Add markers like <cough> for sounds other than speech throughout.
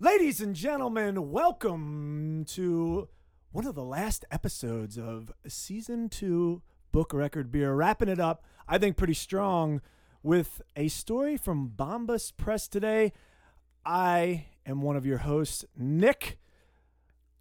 Ladies and gentlemen, welcome to one of the last episodes of season two Book Record Beer. Wrapping it up, I think, pretty strong with a story from Bombas Press today. I am one of your hosts, Nick,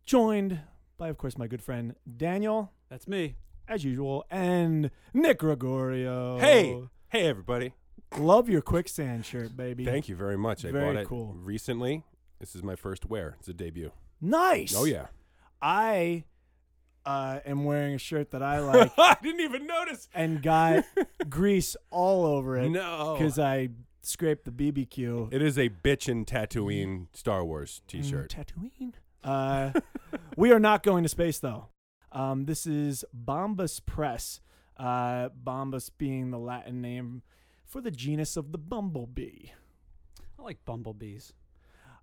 joined by, of course, my good friend Daniel, That's me. as usual, and Nick Gregorio. Hey, hey, everybody! love your quicksand shirt, baby. Thank you very much. I Very bought it cool. recently. This is my first wear. It's a debut. Nice. Oh yeah! I uh, am wearing a shirt that I <laughs> like <laughs> I didn't even notice. and got grease all over it No, because I scraped the BBQ. it is a bitchin' Tatooine Star Wars Mm, T-shirt. Tatooine. Uh, <laughs> we are not going to space though. Um, this is Bombus Press. Uh, Bombus being the Latin name for the genus of the bumblebee. I like bumblebees.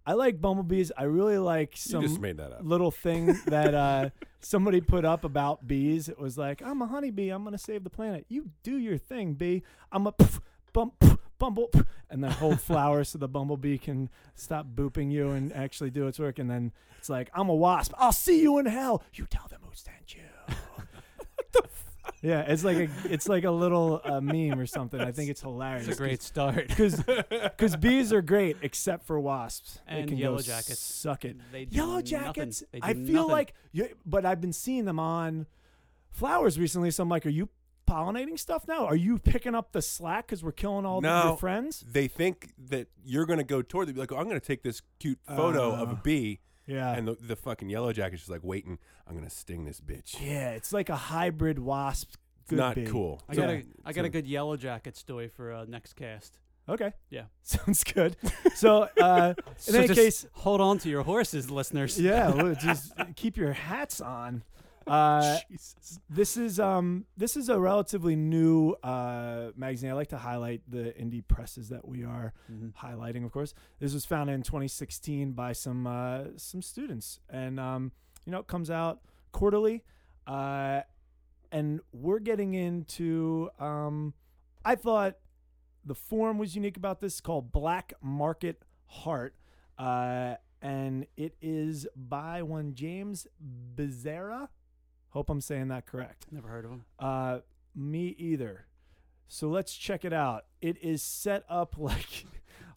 I like bumblebees. I really like some you just made that up. little <laughs> thing that uh, somebody put up about bees. It was like, I'm a honeybee. I'm going to save the planet. You do your thing, bee. I'm a pff, bum, pff, bumble, pff, and then hold flowers so the bumblebee can stop booping you and actually do its work. And then it's like, I'm a wasp. I'll see you in hell. You tell them who sent <laughs> you. Yeah, it's like a it's like a little uh, meme or something. I think it's hilarious. It's <laughs> a great start. <laughs> because because bees are great except for wasps They And can go yellow jackets. Suck it. They do Yellow nothing. jackets. They do I feel nothing. like, you, but I've been seeing them on flowers recently. So I'm like, are you pollinating stuff now? Are you picking up the slack because we're killing all of your No. friends? They think that you're gonna go toward them. Be like, oh, I'm gonna take this cute photo of Oh. a bee, Yeah. and the, the fucking yellow jacket's just like waiting. I'm gonna sting this bitch. yeah, it's like a hybrid wasp. It's Good not bee. cool. I So- got a I got a so- good yellow jacket story for uh, next cast. Okay. Yeah. <laughs> Sounds <laughs> good. So, uh, in so any just case, <laughs> hold on to your horses, listeners. yeah, well, just keep your hats on. Uh, this is um this is a relatively new uh, magazine. I like to highlight the indie presses that we are Mhm. highlighting. Of course, this was founded in 2016 by some uh, some students, and um, you know it comes out quarterly, uh, and we're getting into. Um, I thought the form was unique about this. It's called Black Market Heart, uh, and it is by one James Bezerra. Hope I'm saying that correct. Never heard of them. Uh, me either. So let's check it out. It is set up <laughs> like,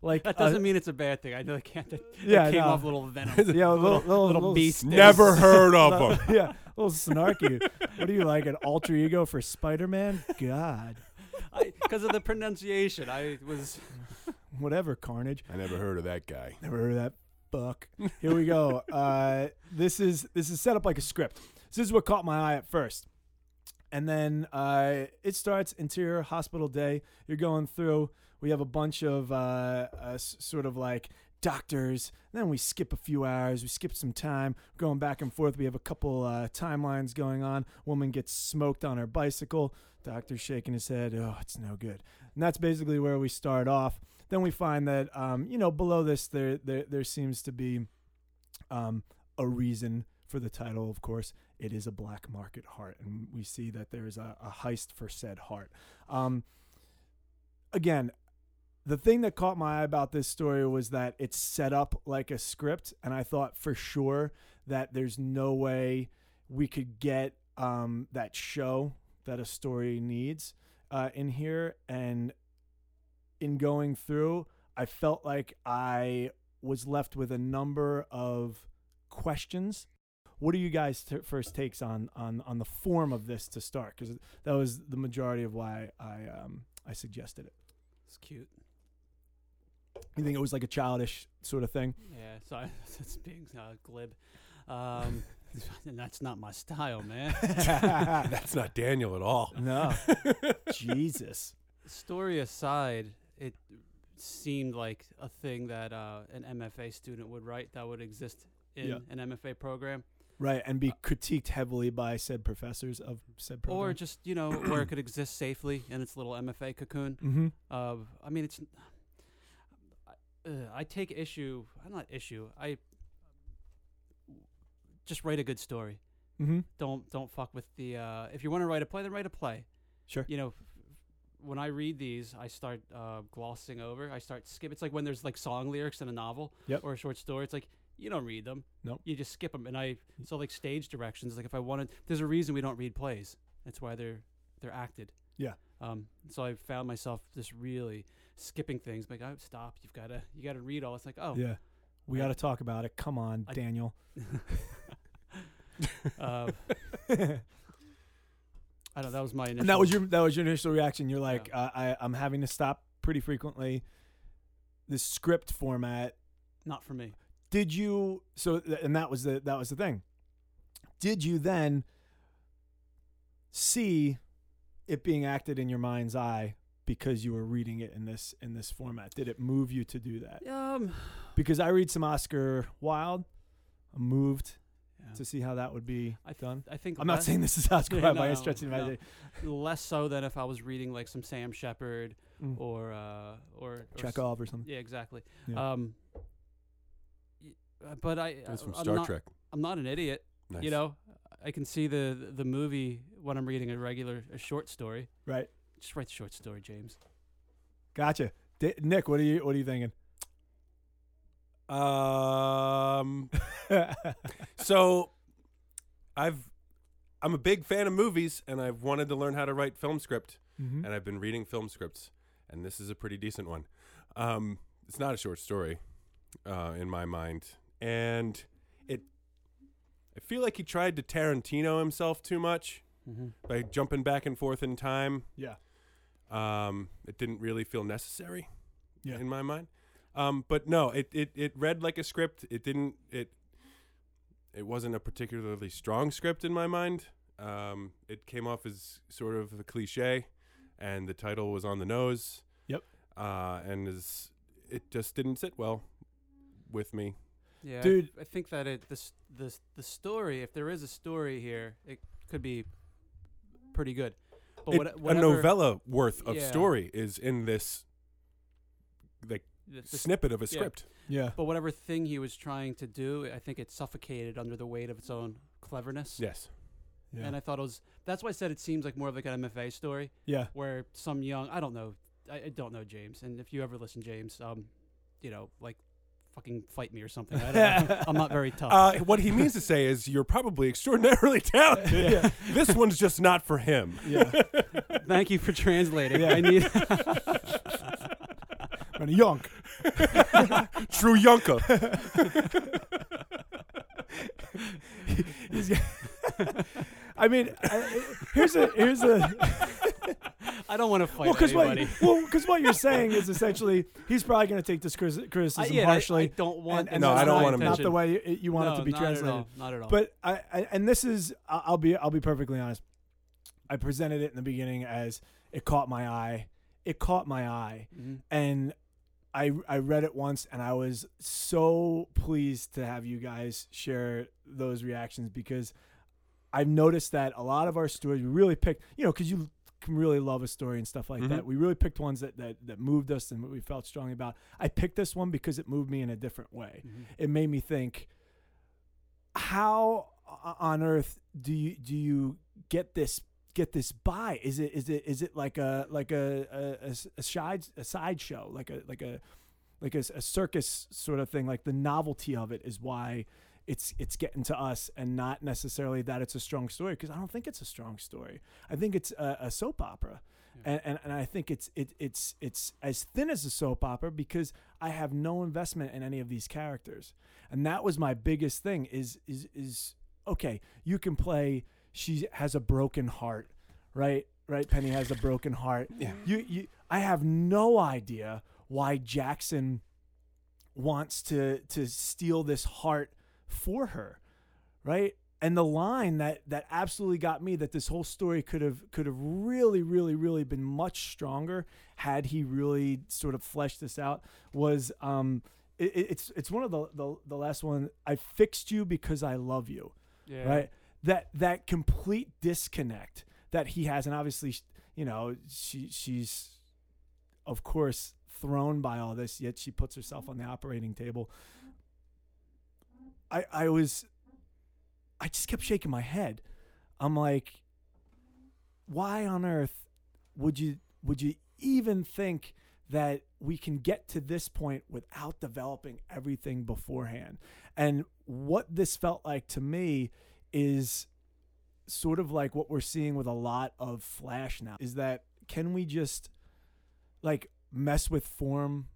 like That a- doesn't mean it's a bad thing. I know it can't. That, Uh, Yeah, that came no. off a little venom. <laughs> yeah, a <laughs> little, little, little <laughs> beast. Never heard of little- them. <laughs> yeah, a little snarky. what do you like? An alter ego for Spider-Man? God, Because of the pronunciation, I was. whatever, Carnage. I never heard of that guy. Never heard of that fuck. Here we go. Uh, this is this is set up like a script. This is what caught my eye at first. And then uh, it starts interior hospital day. You're going through. We have a bunch of uh, uh, s- sort of like doctors. then we skip a few hours. We skip some time going back and forth. We have a couple uh, timelines going on. Woman gets smoked on her bicycle. Doctor shaking his head. Oh, it's no good. And that's basically where we start off. Then we find that um, you know below this there there there seems to be um, a reason for the title. Of course, it is a black market heart, and we see that there is a, a heist for said heart. Um, again, the thing that caught my eye about this story was that it's set up like a script, and I thought for sure that there's no way we could get um, that show that a story needs uh, in here. And in going through, I felt like I was left with a number of questions. What are you guys' t- first takes on on on the form of this to start? Because that was the majority of why I um, I suggested it. It's cute. You think it was like a childish sort of <laughs> thing? <laughs> Yeah. Sorry, that's being uh, glib. Um, <laughs> and that's not my style, man. <laughs> That's not Daniel at all. <laughs> no, Jesus. story aside, it seemed like a thing that uh, an MFA student would write that would exist in Yeah. an MFA program, Right, and be critiqued heavily by said professors of said program. or just <clears throat> you know where it could exist safely in its little MFA cocoon. mm-hmm. Uh, I mean, it's. Uh, I take issue. I'm not issue. I just write a good story. Mm-hmm. Don't don't fuck with the. Uh, if you want to write a play, then write a play. Sure. You know, when I read these, I start uh, glossing over. I start skip. It's like when there's like song lyrics in a novel Yep. or a short story. It's like You don't read them. Nope. You just skip them. And I so like stage directions. Like if I wanted, there's a reason we don't read plays. That's why they're they're acted. Yeah. Um. So I found myself just really skipping things. Like, oh, stop. You've got to you got to read all. It's like, oh. Yeah. We got to talk about it. Come on, I- Daniel. <laughs> uh, I don't. That was my. Initial, And that was your that was your initial reaction. You're like, uh, I I'm having to stop pretty frequently. The script format. not for me. Did you so? th- And that was the that was the thing. Did you then see it being acted in your mind's eye because you were reading it in this in this format? Did it move you to do that? Um. Because I read some Oscar Wilde. I'm moved yeah. to see how that would be I th- done. I think I'm not less- saying this is Oscar <laughs> Yeah, Wilde by no, any stretch of the no. imagination. less so than if I was reading like some Sam Shepard Mm. or uh or, or s- Chekhov or something. Yeah, exactly. Yeah. Um, y- uh, but I That's I- from I'm Star not, Trek. I'm not an idiot. Nice. You know, I can see the the movie when I'm reading a regular a short story. Right. Just write the short story, James. Gotcha. D- Nick, what are you what are you thinking? <laughs> Um. so, I've I'm a big fan of movies, and I've wanted to learn how to write film script, Mm-hmm. Mhm. and I've been reading film scripts, and this is a pretty decent one. Um, it's not a short story, uh, in my mind, and it. I feel like he tried to Tarantino himself too much Mm-hmm. by jumping back and forth in time. Yeah. Um, it didn't really feel necessary, Yeah. in my mind. Um, but no, it, it it read like a script. It didn't it it wasn't a particularly strong script in my mind. Um, it came off as sort of a cliche, and the title was on the nose. Yep. Uh, and is it just didn't sit well with me? Yeah, I- Dude. I, think that it this this the story. If there is a story here, it could be pretty good. But It- what, a whatever novella worth of Yeah. story is in this like the- the snippet of a yeah. script. Yeah. But whatever thing he was trying to do, I think it suffocated under the weight of its own cleverness. Yes. Yeah. And I thought it was that's why I said it seems like more of like an MFA story <laughs> yeah. <laughs> where some young I don't know I, I don't know James and if you ever listen James um you know like fucking fight me or something I don't <laughs> know. I'm not very tough Uh, what he means to say is, you're probably extraordinarily <laughs> talented. yeah. This one's just not for him. Yeah. <laughs> thank you for translating Yeah. I <laughs> need <laughs> And a yonk. <laughs> True Yunka. He's got- <laughs> I mean, I, here's a here's a <laughs> I don't want to fight well because what anybody well 'cause what <laughs> you're saying is essentially he's probably going to take this cris- I, criticism yeah, I- I, harshly. don't want and No, that's I don't not- want him to- Not the way you, you want no, it to be not at translated. all, not at all But I, I and this is I- I'll be I'll be perfectly honest. I presented it in the beginning as it caught my eye. It caught my eye, Mhm. and I I read it once, and I was so pleased to have you guys share those reactions because I've noticed that a lot of our stories we really picked, you know, because you can really love a story and stuff like Mhm. that. We really picked ones that that that moved us and we felt strongly about. I picked this one because it moved me in a different way Mhm. it made me think how o- on earth do you do you get this get this by is it is it is it like a like a a, a s- a side a sideshow like a like a like a, s- a circus sort of thing like the novelty of it is why it's it's getting to us and not necessarily that it's a strong story because i don't think it's a strong story i think it's a, a soap opera Yeah. and, and and i think it's it, it's it's as thin as a soap opera because i have no investment in any of these characters and that was my biggest thing is is is okay you can play she has a broken heart right right penny has a broken heart Yeah. you, you i have no idea why jackson wants to to steal this heart for her right and the line that that absolutely got me that this whole story could have could have really really really been much stronger had he really sort of fleshed this out was um it, it- it's it's one of the, the the last one i fixed you because i love you yeah right that that complete disconnect that he has and obviously you know she she's of course thrown by all this yet she puts herself on the operating table i i was i just kept shaking my head i'm like why on earth would you would you even think that we can get to this point without developing everything beforehand. And what this felt like to me is sort of like what we're seeing with a lot of Flash now is that can we just like mess with form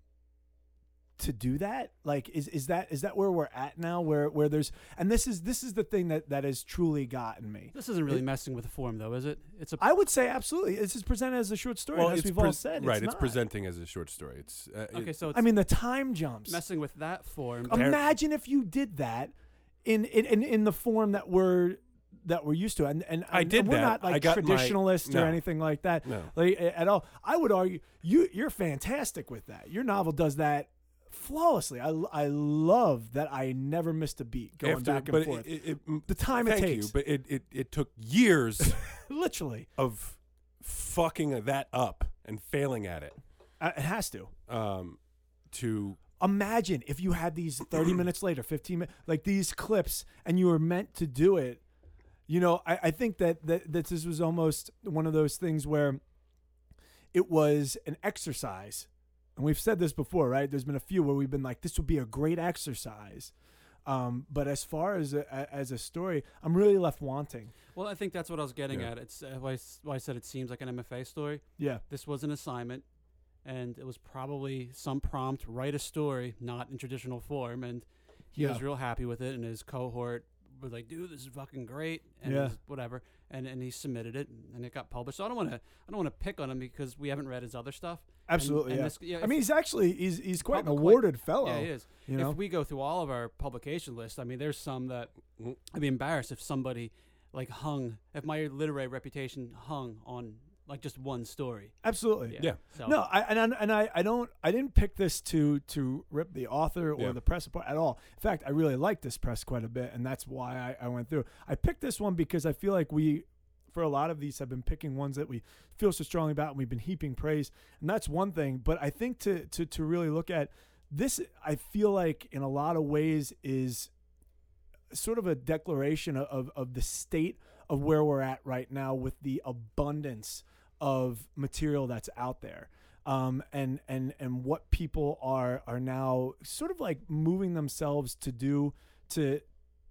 to do that like is is that is that where we're at now where where there's and this is this is the thing that that has truly gotten me This isn't really It- messing with the form, though, is it? It's a i would say absolutely this is presented as a short story as we've all pres- said right. it's, It's, not. presenting as a short story. It's uh, okay. it- So it's i mean the time jumps messing with that form. Um, Ter- imagine if you did that in in in, in the form that we're that we're used to and and, I and did we're that. not like I got my- traditionalists or no. anything like that no. like a- at all. I would argue you you're fantastic with that. Your novel does that flawlessly. I, l- I love that I never missed a beat going After- back and but forth. It, it, it, mm, the time it thank takes, you, but it, it, it took years <laughs> literally, of fucking that up and failing at it uh, it has to. um, to Imagine if you had these <clears throat> 30 minutes later, 15 minutes, like these clips, and you were meant to do it. You know, I, I think that, that, that this was almost one of those things where it was an exercise. And we've said this before, right? There's been a few where we've been like, this would be a great exercise. Um, but as far as a, a- as a story, I'm really left wanting. Well, I think that's what I was getting Yeah. at. It's uh, why, I s- why I said it seems like an MFA story. Yeah. This was an assignment, and it was probably some prompt write a story, not in traditional form. And he was Yeah. real happy with it, and his cohort was like, "Dude, this is fucking great," and Yeah. it was whatever. And and he submitted it, and it got published. So I don't want to I don't want to pick on him because we haven't read his other stuff. And- Absolutely. and yeah. this- yeah, I if- mean, he's actually, he's, he's quite an Probably quite- awarded fellow, yeah, he is. you know? If we go through all of our publication list, I mean, there's some that I'd be embarrassed if somebody like hung, if my literary reputation hung on like just one story. Absolutely. Yeah. Yeah. So, Uh, No, I and I, and I, I don't I didn't pick this to to rip the author or Yeah. the press apart at all. In fact, I really like this press quite a bit, and that's why I, I went through. I picked this one because I feel like we, for a lot of these, have been picking ones that we feel so strongly about, and we've been heaping praise, and that's one thing. But I think to to to really look at this, I feel like in a lot of ways is sort of a declaration of, of, of the state of where we're at right now with the abundance of material that's out there um, and and and what people are are now sort of like moving themselves to do to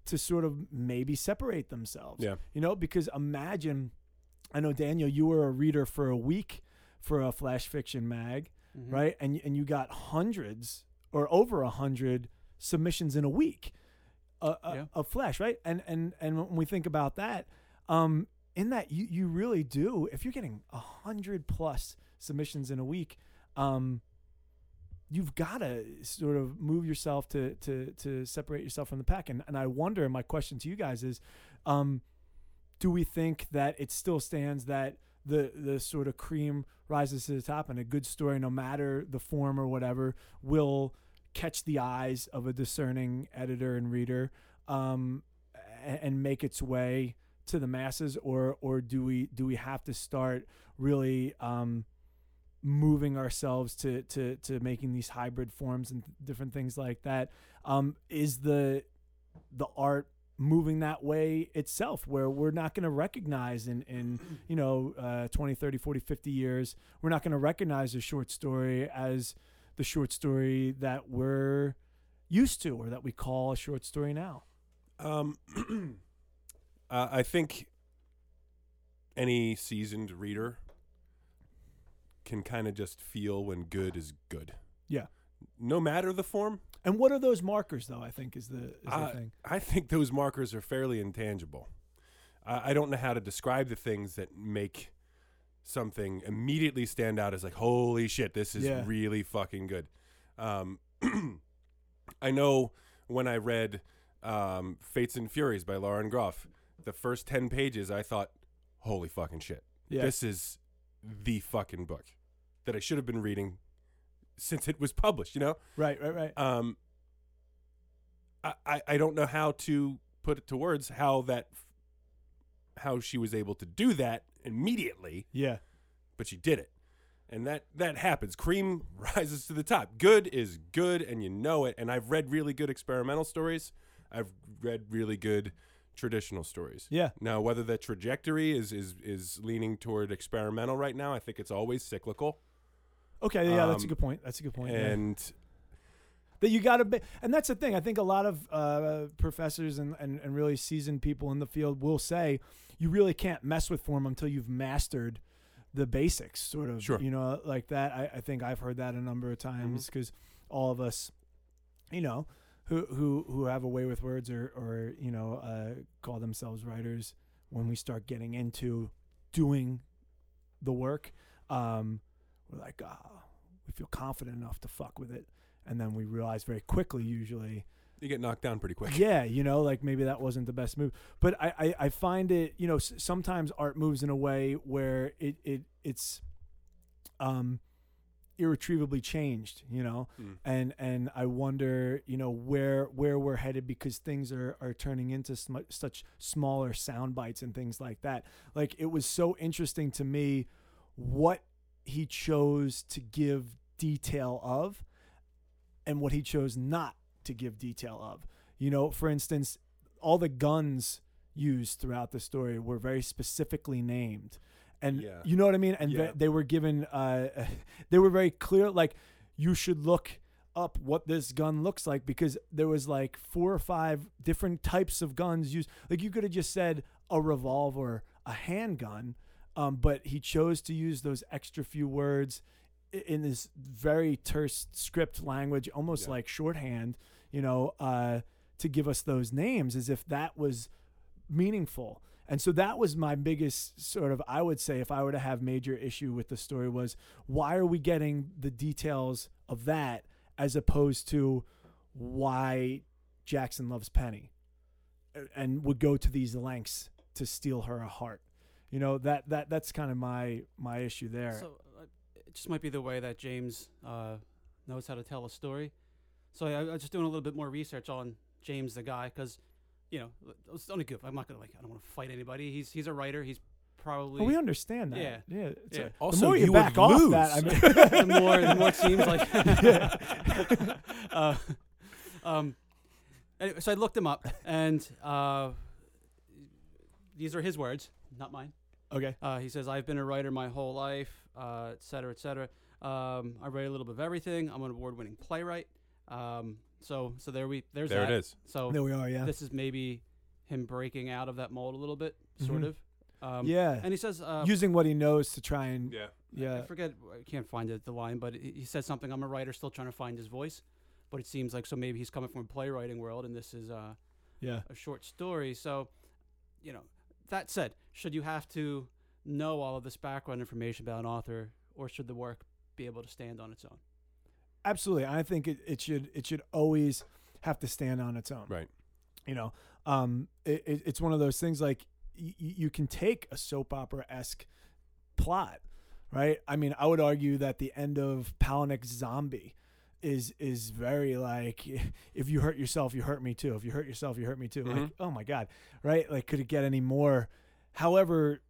to sort of maybe separate themselves Yeah. you know because imagine i know daniel you were a reader for a week for a flash fiction mag Mhm. right? And and you got hundreds or over a hundred submissions in a week of uh, Yeah. of Flash, right? And and and when we think about that, um, in that you you really do. If you're getting a hundred plus submissions in a week, um, you've got to sort of move yourself to to to separate yourself from the pack. And and I wonder. My question to you guys is, um, do we think that it still stands that the the sort of cream rises to the top and a good story, no matter the form or whatever, will catch the eyes of a discerning editor and reader, um, and, and make its way to the masses, or or do we do we have to start really? Um, moving ourselves to to to making these hybrid forms and different things like that um is the the art moving that way itself where we're not going to recognize in in you know uh 20 30 40 50 years we're not going to recognize a short story as the short story that we're used to or that we call a short story now Um, <clears throat> uh, I think any seasoned reader can kind of just feel when good is good. Yeah. No matter the form, and what are those markers though i think is the is the Uh, thing I think those markers are fairly intangible. I, I don't know how to describe the things that make something immediately stand out as like, holy shit, this is Yeah. really fucking good. Um, <clears throat> I know when I read um, Fates and Furies by Lauren Groff, the first 10 pages, I thought, holy fucking shit. yeah This is the fucking book that I should have been reading since it was published, you know? right right right um I, I i don't know how to put it to words how that how she was able to do that immediately yeah but she did it and that that happens cream <laughs> rises to the top good is good and you know it and i've read really good experimental stories i've read really good traditional stories yeah now whether the trajectory is is is leaning toward experimental right now i think it's always cyclical Okay, yeah, that's a Um, good point. That's a good point. Oh, yeah. and that you got to be and that's the thing i think a lot of uh, professors and, and, and really seasoned people in the field will say you really can't mess with form until you've mastered the basics sort of Sure. you know like that i, I think i've heard that a number of times because all of us you know who who who have a way with words or or you know uh, call themselves writers when we start getting into doing the work um, we're like ah we feel confident enough to fuck with it and then we realize very quickly usually you get knocked down pretty quick. yeah you know like maybe that wasn't the best move but i i, I find it you know s- sometimes art moves in a way where it it it's um irretrievably changed you know Mm. and and i wonder you know where where we're headed because things are are turning into sm- such smaller sound bites and things like that like it was so interesting to me what he chose to give detail of and what he chose not to give detail of. You know, for instance, all the guns used throughout the story were very specifically named. And Yeah. you know what I mean? And Yeah. they, they were given, uh, <laughs> they were very clear, like, you should look up what this gun looks like because there was like four or five different types of guns used. Like, you could have just said a revolver, a handgun, um, but he chose to use those extra few words i- in this very terse script language, almost Yeah. like shorthand, you know, uh, to give us those names as if that was meaningful. And so that was my biggest sort of, I would say, if I were to have major issue with the story, was why are we getting the details of that as opposed to why Jackson loves Penny a- and would go to these lengths to steal her a heart. You know that that that's kind of my my issue there. So uh, it just might be the way that James uh, knows how to tell a story. So I, I was just doing a little bit more research on James the guy because, you know, l- it's only good. I'm not gonna like I don't want to fight anybody. He's he's a writer. He's probably But we understand that. Yeah. yeah. it's Yeah. a- Also, the more you, you would back off that, I lose. mean, <laughs> the more the more it seems like. <laughs> uh, um, anyway, so I looked him up, and uh, these are his words, not mine. <laughs> okay, Uh, he says, "I've been a writer my whole life, uh, et cetera, et cetera. Um, I write a little bit of everything. I'm an award-winning playwright. Um, so, so there we there's there that. it is. So there we are. Yeah, this is maybe him breaking out of that mold a little bit, sort Mhm. of. Um, yeah. And he says, uh, Using what he knows to try and yeah, Yeah. I forget. I can't find the, the line, but he he said something. I'm a writer, still trying to find his voice. But it seems like so maybe he's coming from a playwriting world, and this is uh, yeah. a short story. So, you know, that said, should you have to know all of this background information about an author, or should the work be able to stand on its own? Absolutely. I think it, it should it should always have to stand on its own. Right. You know, um, it, it, it's one of those things like y- y- you can take a soap opera esque plot, right? I mean, I would argue that the end of Palahniuk's Zombie is is very like if you hurt yourself, you hurt me too. If you hurt yourself, you hurt me too. Like, Mhm. oh my god, right? Like, could it get any more? However,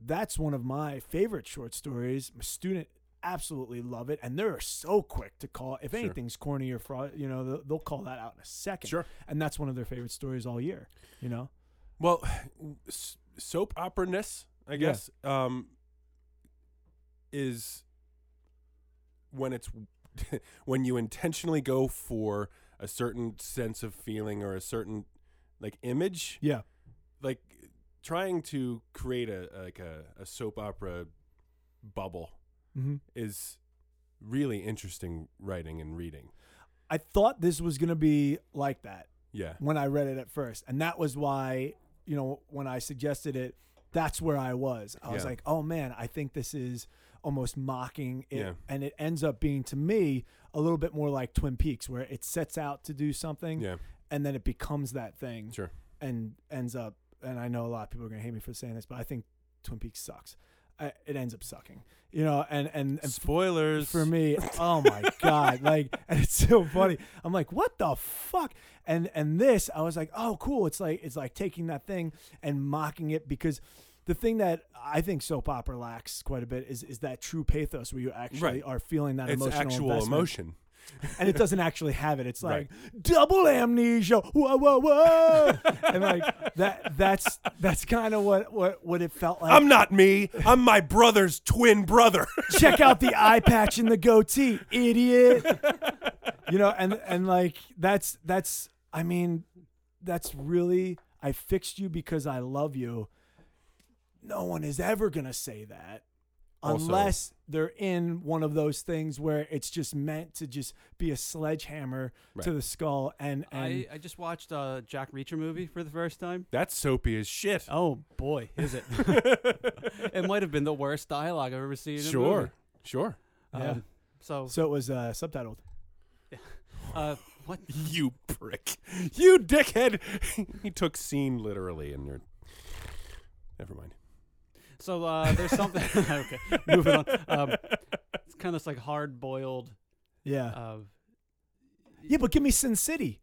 that's one of my favorite short stories. My student absolutely love it, and they're so quick to call if Sure. anything's corny or fraud. You know, they'll, they'll call that out in a second. Sure. and that's one of their favorite stories all year. You know, Well, <sighs> s- soap opera ness, I guess, um, is when it's <laughs> when you intentionally go for a certain sense of feeling or a certain like image, yeah, like trying to create a like a, a soap opera bubble hmm is really interesting writing and reading. I thought this was gonna be like that Yeah, when I read it at first, and that was why you know when I suggested it, that's where I was. I was Yeah. like, oh man, I think this is almost mocking it, Yeah. and it ends up being to me a little bit more like Twin Peaks, where it sets out to do something, yeah, and then it becomes that thing Sure. and ends up and i know a lot of people are going to hate me for saying this but i think twin peaks sucks I, it ends up sucking you know and and, and spoilers for me oh <laughs> my god like and it's so funny i'm like what the fuck and and this i was like oh cool it's like it's like taking that thing and mocking it because the thing that I think soap opera lacks quite a bit is is that true pathos where you actually Right. are feeling that It's emotional actual investment. emotion. and it doesn't actually have it. It's like double amnesia. Whoa, whoa, <laughs> whoa, and like that. That's that's kind of what what what it felt like. I'm not me. I'm my brother's twin brother. <laughs> Check out the eye patch and the goatee, idiot. You know, and and like that's that's. I mean, that's really. I fixed you because I love you. No one is ever gonna say that Also- unless they're in one of those things where it's just meant to just be a sledgehammer to Right. the skull and and I, I just watched a Jack Reacher movie for the first time. That's soapy as shit. Oh boy, is it? <laughs> it might have been the worst dialogue I've ever seen. In A movie. Sure, sure. Yeah. Um, so, so it was uh, subtitled. uh, what? <laughs> You prick. You dickhead. <laughs> he took scene literally, and you're. Never mind. So uh, there's something. <laughs> okay, moving on. Um, it's kind of like hard boiled. Yeah. Uh, yeah, but give me Sin City.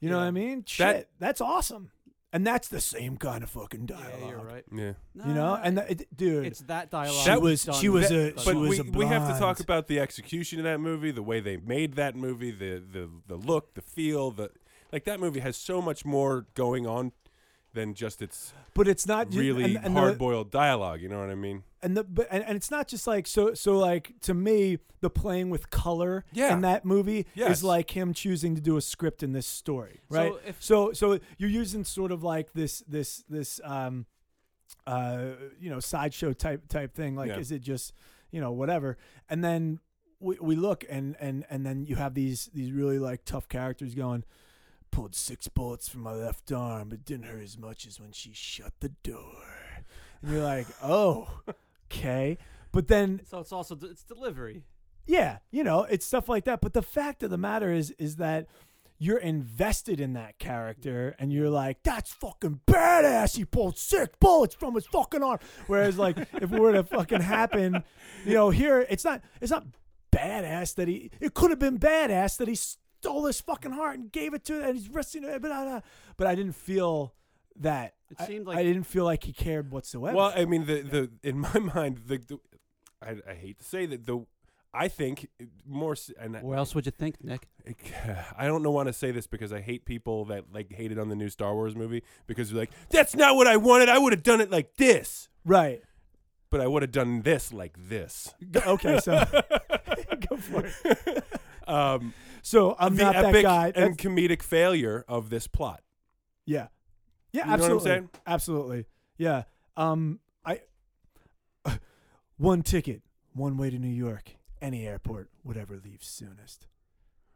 You know what Yeah. I mean? Shit, That- that's awesome. And that's the same kind of fucking dialogue. yeah, you're right. Yeah. You know, and that, it, dude, it's that dialogue. That was- done she was a- better. she But was we, a we have to blonde. talk about the execution of that movie, the way they made that movie, the the the look, the feel, the like. That movie has so much more going on than just its but it's not you- really and, and the- hard boiled dialogue. You know what I mean? and the but and, and it's not just like so so like to me the playing with color Yeah. in that movie Yes. is like him choosing to do a script in this story right so So if- so, you're using sort of like this this this um uh you know sideshow type type thing like Yeah. is it just you know whatever and then we, we look and and and then you have these these really like tough characters going pulled six bullets from my left arm it didn't hurt as much as when she shut the door and you're like oh okay but then So it's also d- it's delivery. yeah you know it's stuff like that but the fact of the matter is is that you're invested in that character and you're like that's fucking badass he pulled six bullets from his fucking arm whereas like if it were to fucking happen you know here it's not it's not badass that he it could have been badass that he stole his fucking heart and gave it to and he's resting it but I- but i didn't feel that It I- seemed like- I, didn't feel like he cared whatsoever <laughs> Well, I mean, the the in my <laughs> mind, the, the I, I hate to say that the I think more s- and Where else would you think, Nick? I <sighs> don't know want to say this because I hate people that like hated on the new Star Wars movie because they're like that's not what I wanted. I would have done it like this, right but I would have done this like <laughs> this. Go- okay so <laughs> go for it Um, So I'm the not epic that guy. That's- and comedic failure of this plot. yeah, yeah, You know what I'm absolutely, saying? absolutely, yeah. Um, I <sighs> one ticket, one way to New York, any airport, whatever leaves soonest.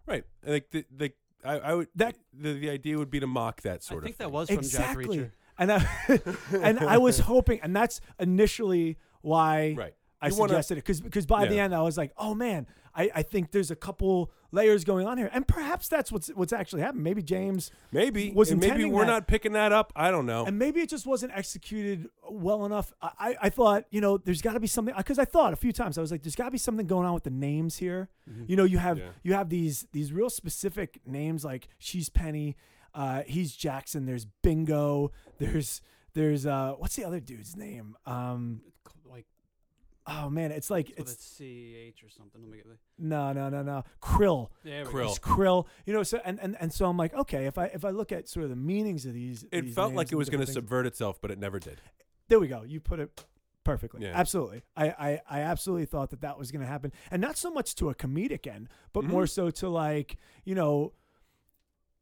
Right. Like the like I, I would That- the, the idea would be to mock that I sort think of that thing. was from Jack exactly, Reacher. and I <laughs> and I was hoping, and that's initially why right. I You wanna- suggested it because because by the Yeah. end I was like, oh man, I, I think there's a couple layers going on here, and perhaps that's what's what's actually happened. Maybe James Maybe was and maybe intending we're that. not picking that up. I don't know. and maybe it just wasn't executed well enough. I, I, I thought, you know, there's got to be something because I thought a few times I was like, there's got to be something going on with the names here. Mm-hmm. You know, you have Yeah. you have these these real specific names like she's Penny, uh, he's Jackson. There's Bingo. There's there's uh, what's the other dude's name? Um, Like oh man, it's like with a it's CH or something. Let me get the. no no no no Krill. There we go. Krill. It's Krill. You know, so and, and and so I'm like, okay, if I if I look at sort of the meanings of these, It these felt names like it and was going to different things- subvert itself, but it never did. there we go. You put it perfectly. Yeah. Absolutely. I, I, I absolutely thought that that was going to happen. And not so much to a comedic end, but more so to like, you know,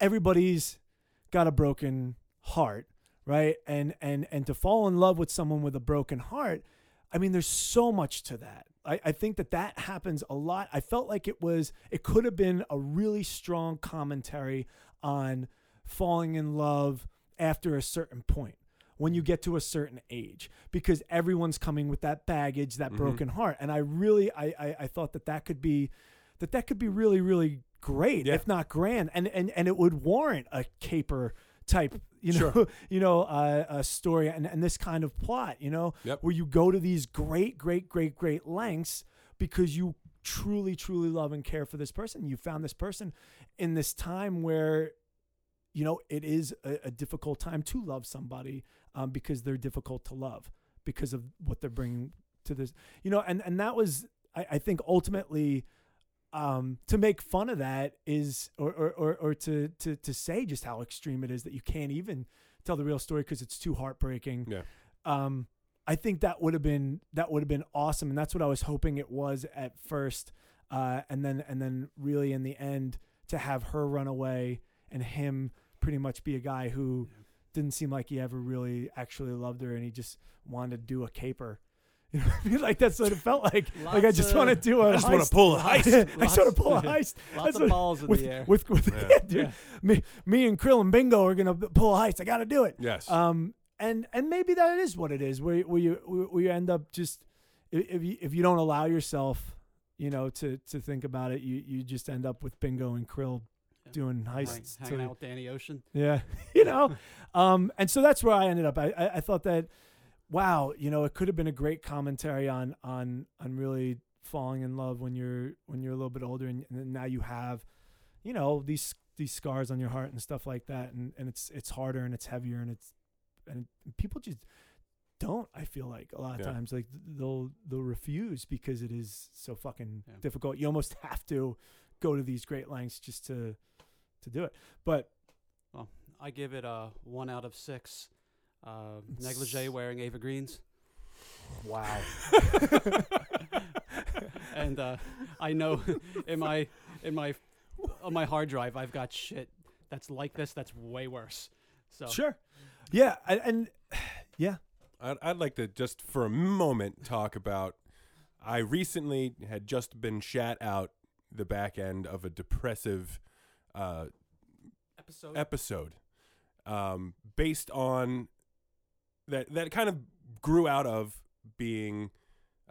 everybody's got a broken heart, right? And, and, and to fall in love with someone with a broken heart, I mean, there's so much to that. I, I think that that happens a lot. I felt like it was, it could have been a really strong commentary on falling in love after a certain point when you get to a certain age because everyone's coming with that baggage that broken heart and i really I, I i thought that that could be that that could be really really great Yeah. if not grand and and and it would warrant a caper type you know <laughs> you know uh, a story and and this kind of plot you know Yep. where you go to these great great great great lengths because you truly truly love and care for this person you found this person in this time where you know, it is a, a difficult time to love somebody um, because they're difficult to love because of what they're bringing to this, you know, and, and that was, I, I think ultimately, um, to make fun of that is, or, or, or, or to, to, to say just how extreme it is that you can't even tell the real story because it's too heartbreaking. Yeah. Um, I think that would have been that would have been awesome, and that's what I was hoping it was at first, uh, and then and then really in the end to have her run away and him pretty much be a guy who didn't seem like he ever really actually loved her, and he just wanted to do a caper. <laughs> You know what I mean? Like that's what it felt <laughs> like. like I Lots just of- want to do a. I just want heist. to pull a heist. <laughs> I just want Lots- to <laughs> pull a heist Lots what- of balls in with the air. with, with Yeah. dude, Yeah. Me, me and Krill and Bingo are gonna pull a heist. I got to do it. yes. Um, and and maybe that is what it is. Where where you where where you end up just i- if you if you don't allow yourself, you know, to to think about it, you you just end up with Bingo and Krill Yeah. doing Hang- heists. hanging till- out with Danny Ocean. yeah, <laughs> you know, um, and so that's where I ended up. I I, I thought that wow, you know, it could have been a great commentary on on on really falling in love when you're when you're a little bit older and, and now you have, you know, these these scars on your heart and stuff like that and and it's it's harder and it's heavier and it's and people just don't I feel like a lot of Yeah. times like they'll they'll refuse because it is so fucking Yeah. difficult. You almost <laughs> have to go to these great lengths just to to do it. But I give it a one out of six. Uh, negligee wearing Ava Greens, wow. <laughs> and uh, I know <laughs> in my in my on my hard drive I've got shit that's like this that's way worse. So Sure. Yeah, and, and I'd, I'd like to just for a moment talk about. I recently had just been shat out the back end of a depressive uh, episode episode, um, based on that that kind of grew out of being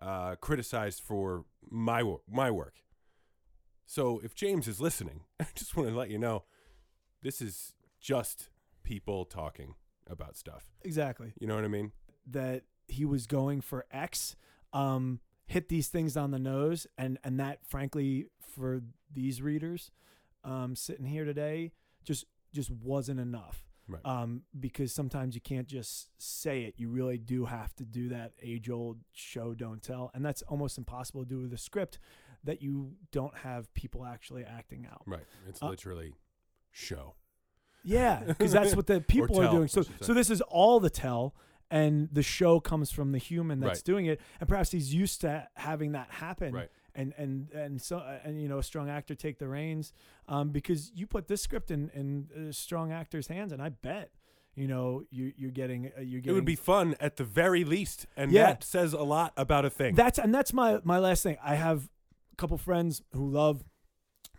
uh, criticized for my wor- my work. So if James is listening, <laughs> I just want to let you know, this is just people talking about stuff. exactly. You know what I mean? That he was going for X, um, hit these things on the nose, and and that frankly for these readers, um, sitting here today, just just wasn't enough. Right. Um, because sometimes you can't just say it. You really do have to do that age old show don't tell, and that's almost impossible to do with a script that you don't have people actually acting <laughs> out. Right. It's Uh, literally show. Yeah, because that's what the people are tell, doing. So, I should say. so this is all the tell, and the show comes from the human that's Right. doing it, and perhaps he's used to having that happen. Right. And and and so and you know a strong actor take the reins, um, because you put this script in in a strong actor's hands, and I bet you know you you're getting uh, you're getting It would be fun at the very least, and Yeah. that says a lot about a thing. that's and that's my my last thing. I have a couple friends who love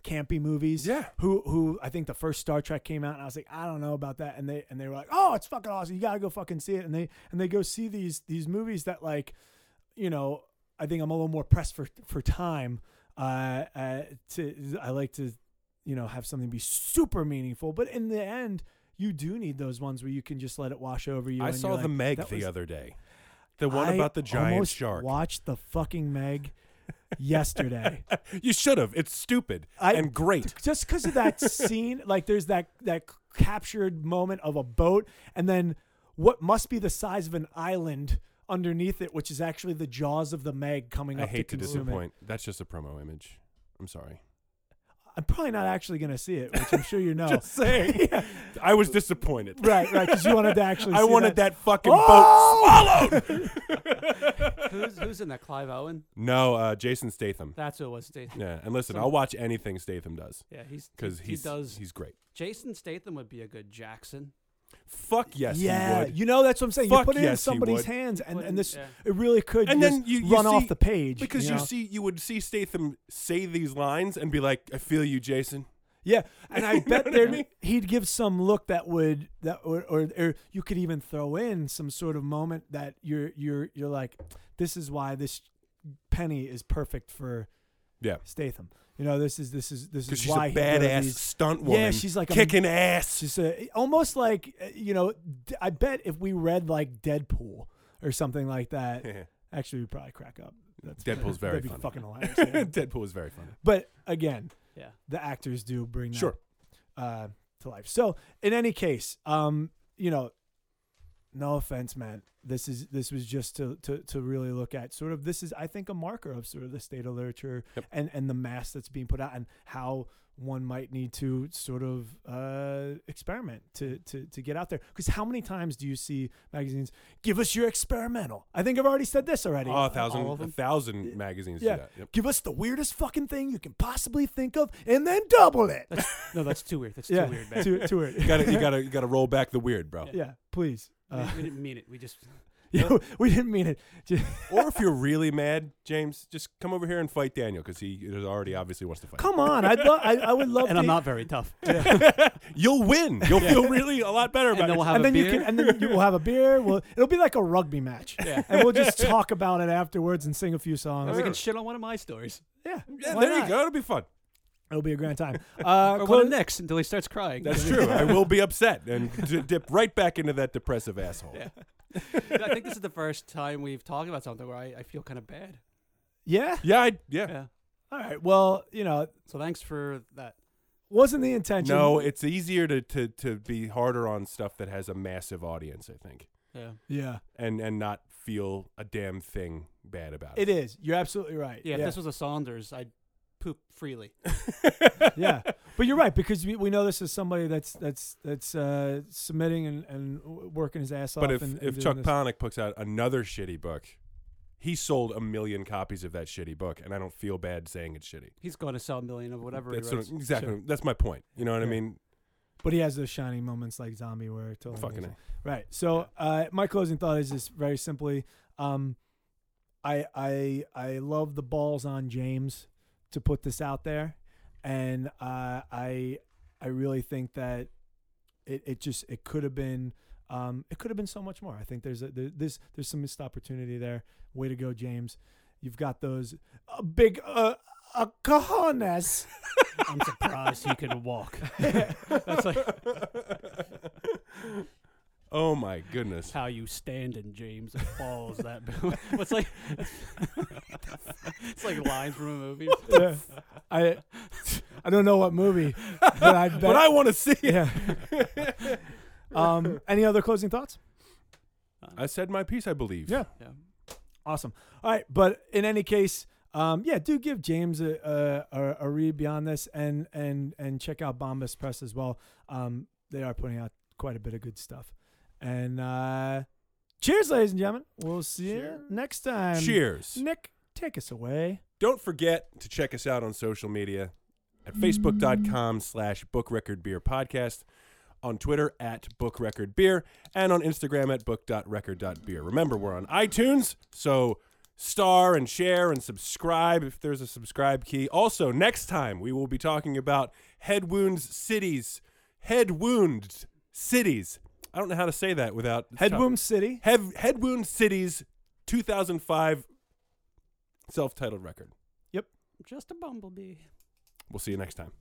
campy movies. Yeah. Who who I think the first Star Trek came out and I was like, I don't know about that. And they and they were like, Oh, it's fucking awesome. You gotta go fucking see it. And they and they go see these these movies that like, you know, I think I'm a little more pressed for for time. Uh, uh to I like to, you know, have something be super meaningful. But in the end, you do need those ones where you can just let it wash over you. I and saw you're the like, Meg "That the was other day, the one I about the giant almost shark. Watched the fucking Meg yesterday. <laughs> you should have. It's stupid I- and great. Just because of that scene, like there's that that captured moment of a boat, and then what must be the size of an island underneath it, which is actually the jaws of the Meg coming I up hate to, to consume disappoint. That's just a promo image. I'm <laughs> sorry. it. I'm probably not actually gonna see it, which I'm sure <laughs> you know. Just saying. Yeah. I was <laughs> disappointed. Right, right, because you wanted to actually. <laughs> I see wanted that, fucking Oh! boat swallowed. <laughs> who's who's in that Clive Owen? no, uh, Jason Statham. That's who it was. Statham. Yeah, and listen, Some- I'll watch anything Statham does Yeah, he's because he does. he's great. Jason Statham would be a good Jackson. Fuck yes, yeah, he would. you know that's what I'm saying. Fuck you put it in yes, he somebody's would. hands, and, Wouldn't- and this yeah. it really could And then just you- you run off see- the page because you, know? see you would see Statham say these lines and be like, "I feel you, Jason." Yeah, and I <laughs> You know bet what I there mean? he'd give some look that would that or, or or you could even throw in some sort of moment that you're you're you're like, this is why this penny is perfect for Yeah. Statham. You know, this is this is this Because is she's why a he did badass these- stunt Yeah, woman. she's like a- kicking ass. She's a, almost like uh, you know, d- I bet if we read like Deadpool or something like that, actually we'd probably crack up. That's Deadpool's very that'd be funny. fucking hilarious. yeah. <laughs> Deadpool is very funny. But again, Yeah. the actors do bring that Sure. uh, to life. So in any case, um, you know, no offense, man. This is this was just to, to to really look at sort of this is I think a marker of sort of the state of literature Yep. and and the mass that's being put out and how one might need to sort of uh, experiment to, to to get out there. Because how many times do you see magazines give us your experimental? I think I've already said this already. Oh, a thousand, all of a them? thousand magazines. Yeah. Do that. Yep. Give us the weirdest fucking thing you can possibly think of, and then double it. No, that's too weird. That's yeah, <laughs> too weird, man. Too, too <laughs> weird. You gotta, you gotta, you gotta roll back the weird, bro. <laughs> yeah, please. We- Uh, we didn't mean it. We just <laughs> yeah, we didn't mean it. or if you're really mad, James, just come over here and fight Daniel because he is already obviously wants to fight. Come on, I'd lo- I, I would love. and I'm to- not very tough. You'll win. You'll feel really a lot better And about then it. <laughs> we'll have and a then beer. you can, and then you will have a beer. Well, it'll be like a rugby match, and we'll <laughs> just talk about it afterwards and sing a few songs. and we can shit on one of my stories. yeah, Yeah, why there you not? go. It'll be fun. It'll be a grand <laughs> time. Uh, Or clo- one of Nick's until he starts crying. That's <laughs> true. I will be upset <laughs> and d- dip right back into that depressive asshole. Yeah. I think this is the first time we've talked about something where I, I feel kind of bad. yeah. Yeah. I, yeah. Yeah. All right. Well, you know, So thanks for that. wasn't the intention. No, it's easier to, to, to be harder on stuff that has a massive audience, I think, Yeah. Yeah, and and not feel a damn thing bad about it it. is. You're absolutely right. Yeah, if this was a Saunders, I'd poop freely. <laughs> yeah. But you're right because we, we know this is somebody that's that's that's uh, submitting and, and working his ass off. <laughs> But if, and, and if doing Chuck this. Palahniuk puts out another shitty book, he sold a million copies of that shitty book, and I don't feel bad saying it's shitty. He's going to sell a million of whatever he That's writes. what- exactly. That's my point. You know what Yeah. I mean? But he has those shining moments like Zombie where it totally Fucking makes A. it. right. So uh, my closing thought is just very simply, um, I I I love the balls on James to put this out there, and uh, I I really think that it, it just it could have been um, it could have been so much more. I think there's a there, this there's some missed opportunity there. Way to go, James. You've got those uh, big uh, uh, cojones. <laughs> I'm surprised he could <laughs> <laughs> walk. That's like Oh my goodness. how you stand in James and falls <laughs> that. What's like? <laughs> it's like lines from a movie. Yeah. I I don't know what movie, but I bet. But I want to see it. yeah. <laughs> um. Any other closing thoughts? Uh, I said my piece, I believe. Yeah. Yeah. Awesome. All right. But in any case, um, yeah, do give James a a, a, a read beyond this, and and and check out Bombas Press as well. Um, they are putting out quite a bit of good stuff. And uh, cheers, ladies and gentlemen. We'll see you Cheers. next time. Cheers. Nick, take us away. Don't forget to check us out on social media at facebook.com slash book record beer podcast, on Twitter at book record beer, and on Instagram at book.record.beer. Remember, we're on iTunes, so star and share and subscribe if there's a subscribe key. Also, next time we will be talking about head wounds cities. Head wound cities. I don't know how to say that without Headwoom City. Head, head wound cities 2005 self-titled record. Just a bumblebee. We'll see you next time.